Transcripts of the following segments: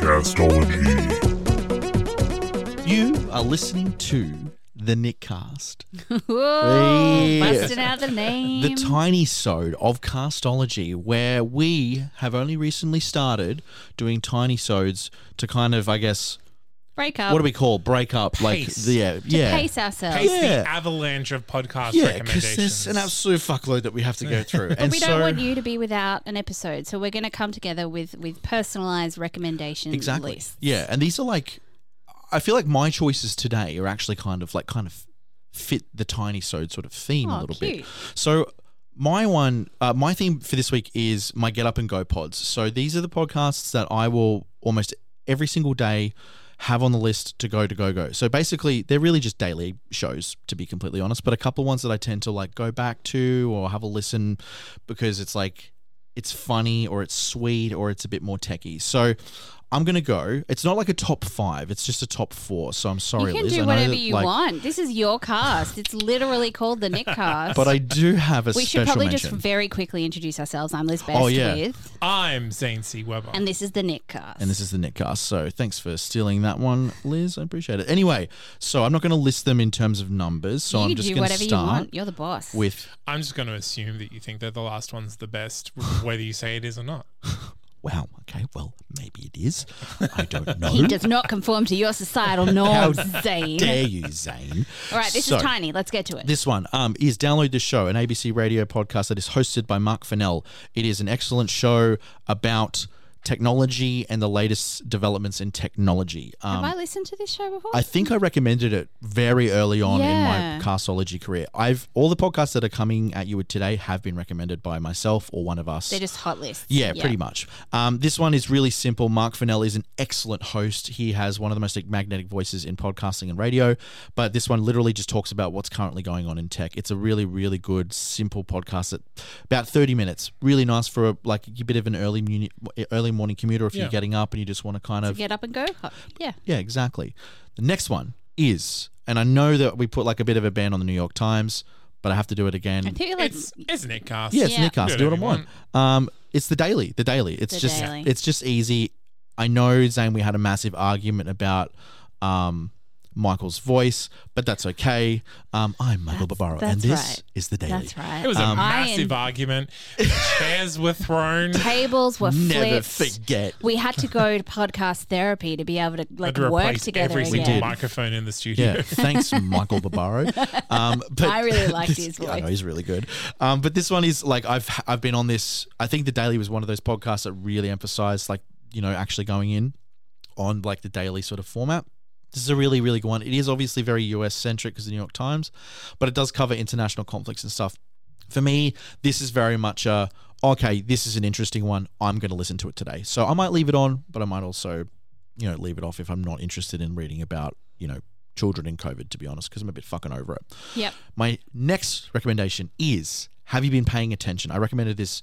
Castology. You are listening to the Nick Cast, Whoa, Yeah. busting out the name. the tiny sode of castology, where we have only recently started doing tiny sodes to kind of, I guess, Break up. what do we call break up? Pace. Like, yeah, to yeah. pace ourselves. Pace. But It's Yeah. the avalanche of podcast Yeah, because recommendations. there's an absolute fuckload that we have to go through. and we don't so, want you to be without an episode, so we're going to come together with with personalized recommendations. Exactly. lists. Yeah, and these are like, I feel like my choices today are actually kind of like kind of fit the tiny sode sort of theme a Oh, little bit. cute. So my one, uh, my theme for this week is my get up and go pods. So these are the podcasts that I will almost every single day have on the list to go to go go. So basically, they're really just daily shows to be completely honest, but a couple ones that I tend to like go back to or have a listen because it's like it's funny or it's sweet or it's a bit more techie. So I'm gonna go. It's not like a top five. It's just a top four. So I'm sorry, you can Liz. I do know whatever that, you like- want. This is your cast. It's literally called the Nick Cast. But I do have a we special should probably mention. just very quickly introduce ourselves. I'm Liz Best Oh, yeah. with, I'm Zane C. Weber. and this is the Nick Cast. And this is the Nitcast. So thanks for stealing that one, Liz. I appreciate it. Anyway, so I'm not going to list them in terms of numbers. So you I'm can just do going to whatever you start want. You're the boss. with I'm just going to assume that you think that the last one's the best, whether you say it is or not. wow. Okay, well maybe it is. I don't know. he does not conform to your societal How norms, Zane. dare you, Zane? All right, this So- is tiny. Let's get to it. This one um, is Download the Show, an ABC radio podcast that is hosted by Mark Fennell. It is an excellent show about technology and the latest developments in technology. Um, Have I listened to this show before? I think I recommended it very early on Yeah. in my castology career. I've all the podcasts that are coming at you today have been recommended by myself or one of us. They're just hot lists. Yeah, pretty much. Um, this one is really simple. Mark Fennell is an excellent host. He has one of the most like, magnetic voices in podcasting and radio. But this one literally just talks about what's currently going on in tech. It's a really, really good, simple podcast. That about thirty minutes. Really nice for a, like a bit of an early muni- early morning commuter if you're Yeah. getting up and you just want to kind of Get up and go. Hot. Yeah. yeah, exactly. The next one is, and I know that we put like a bit of a ban on the New York Times, but I have to do it again. I think you're like It's, it's Nick Cast. Yeah, it's Yeah. Nickcast. Do Do what I whatever want. you Um, it's the daily. The daily. It's The just Daily. it's just easy. I know Zane. We had a massive argument about um, Michael's voice, but that's okay. Um, I'm Michael Barbaro, and that's this right. is the daily. That's right. It was Um, a I massive and argument. Chairs were thrown. tables were Never flipped. forget. We had to go to podcast therapy to be able to Had like to work replace together every again. single microphone in the studio. Yeah, thanks, Michael Barbaro. Um, but I really liked his Yeah, I know voice. he's really good. Um, but this one is like I've I've been on this. I think the Daily was one of those podcasts that really emphasized like you know actually going in on like the daily sort of format. This is a really really good one. It is obviously very US centric because the New York Times, but it does cover international conflicts and stuff. For me, this is very much a okay. This is an interesting one. I'm going to listen to it today. So I might leave it on, but I might also you know, leave it off if I'm not interested in reading about, you know, children in COVID, to be honest, because I'm a bit fucking over it. Yep. My next recommendation is Have you been paying attention? I recommended this,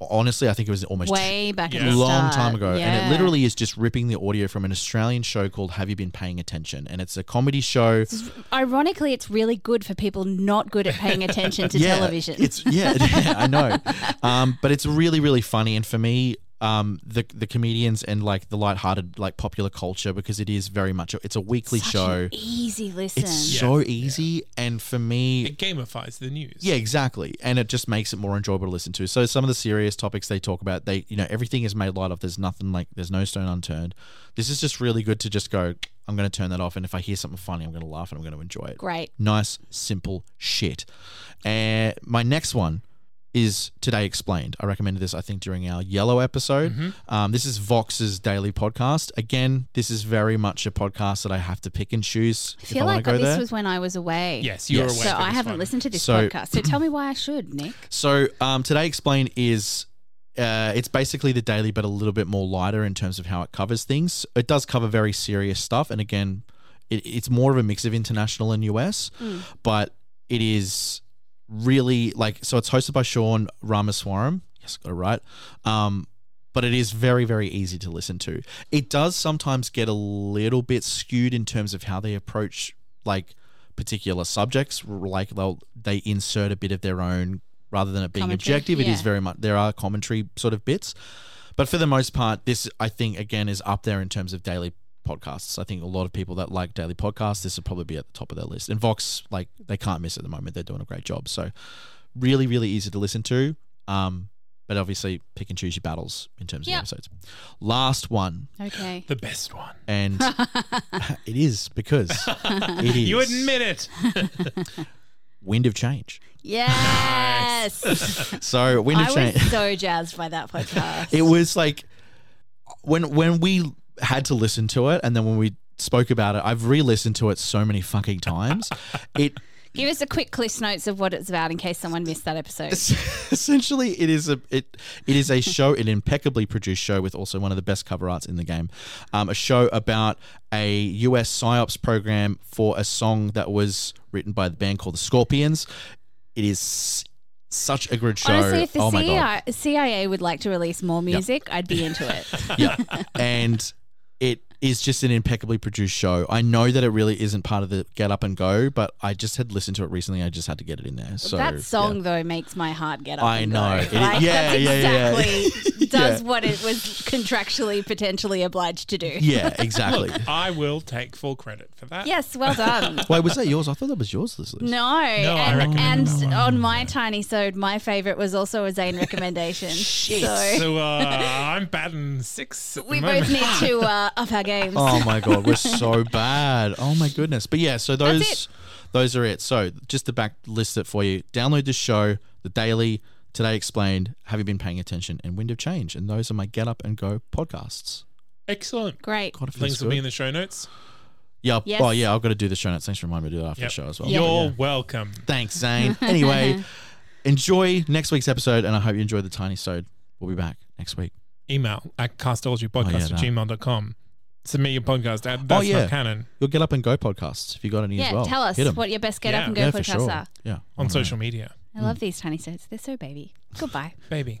honestly, I think it was almost Way back in Yeah. the long start. time ago. And Yeah. it literally is just ripping the audio from an Australian show called Have You Been Paying Attention? And it's a comedy show. Ironically, it's really good for people not good at paying attention to yeah, television. It's yeah, yeah, I know. Um, but it's really, really funny, and for me, um, the the comedians and like the lighthearted, like popular culture, because it is very much a- it's a weekly Such show. an easy listen. It's Yeah. so easy, and for me, It gamifies the news. yeah, exactly, and it just makes it more enjoyable to listen to. So some of the serious topics they talk about, they you know everything is made light of. There's nothing like there's no stone unturned. This is just really good to just go. I'm going to turn that off, and if I hear something funny, I'm going to laugh and I'm going to enjoy it. Great. Nice, simple shit. And my next one is Today Explained. I recommended this, I think, during our yellow episode. Um, this is Vox's daily podcast. Again, this is very much a podcast that I have to pick and choose I if I feel want like to go this there. was when I was away. Yes, you were Yes. away. So for I this haven't one. listened to this So- podcast. So tell me why I should, Nick. So um, today, explain is uh, it's basically the daily, but a little bit more lighter in terms of how it covers things. It does cover very serious stuff, and again, it, it's more of a mix of international and US, but it is really like so. It's hosted by Sean Ramaswaram. Yes, got it right. Um, but it is very, very easy to listen to. It does sometimes get a little bit skewed in terms of how they approach like particular subjects. Like they'll they insert a bit of their own rather than it being Commentary, objective. It is yeah. very much there are commentary sort of bits, but for the most part, this I think again is up there in terms of daily podcasts. I think a lot of people that like daily podcasts, this would probably be at the top of their list. And Vox, like they can't miss at the moment. They're doing a great job. So really, really easy to listen to. Um, but obviously pick and choose your battles in terms of the Yep. episodes. Last one, Okay. the best one. and it is because it is You admit it. wind of change. Yes. So wind of I change. was so jazzed by that podcast. it was like when when we had to listen to it, and then when we spoke about it, I've re-listened to it so many fucking times. it Give us a quick cliff notes of what it's about in case someone missed that episode. Es- essentially it is a it it is a show an impeccably produced show with also one of the best cover arts in the game um, a show about a US psyops program for a song that was written by the band called the Scorpions it is s- such a good show Honestly, if the oh my god CIA, CIA would like to release more music, I'd be into it. yeah and it is just an impeccably produced show I know that it really isn't part of the get up and go but I just had listened to it recently I just had to get it in there so yeah. that song though makes my heart get up. I and know. go. It- like, yeah, that's yeah, yeah. exactly does Yeah. what it was contractually potentially obliged to do. yeah exactly Look, I will take full credit for that. Yes, well done. Wait, was that yours? I thought that was yours, Leslie. No, I and, recommend and on my tiny sode, my favorite was also a Zane recommendation. Shit. So So uh, I'm batting six. At we the both moment. need to uh, up our games. Oh my god, we're so bad. Oh my goodness. But yeah, so That's those those are it. So just to back list it for you, download the show, the daily, today explained, have you been paying attention, and wind of change. And those are my get up and go podcasts. Excellent. Great. God, it feels Links will be in good. the show notes. Yeah. Yes. Oh yeah, I've got to do the show notes. Thanks for reminding me to do that after Yep. the show as well. Yeah. You're Yeah. welcome. Thanks, Zane. Anyway, enjoy next week's episode, and I hope you enjoyed the tiny sode. We'll be back next week. Email at castologypodcast Oh, yeah, Oh, at gmail.com. Submit your podcast. That- That's yeah. not canon Your get up and go podcasts. If you got any Yeah, as well, tell us Hit 'em. what your best get Yeah. up and go yeah, for podcasts sure. Mm. are. Yeah, Oh, on Alright. social media. I love these tiny sodes. They're so baby. Goodbye. Baby.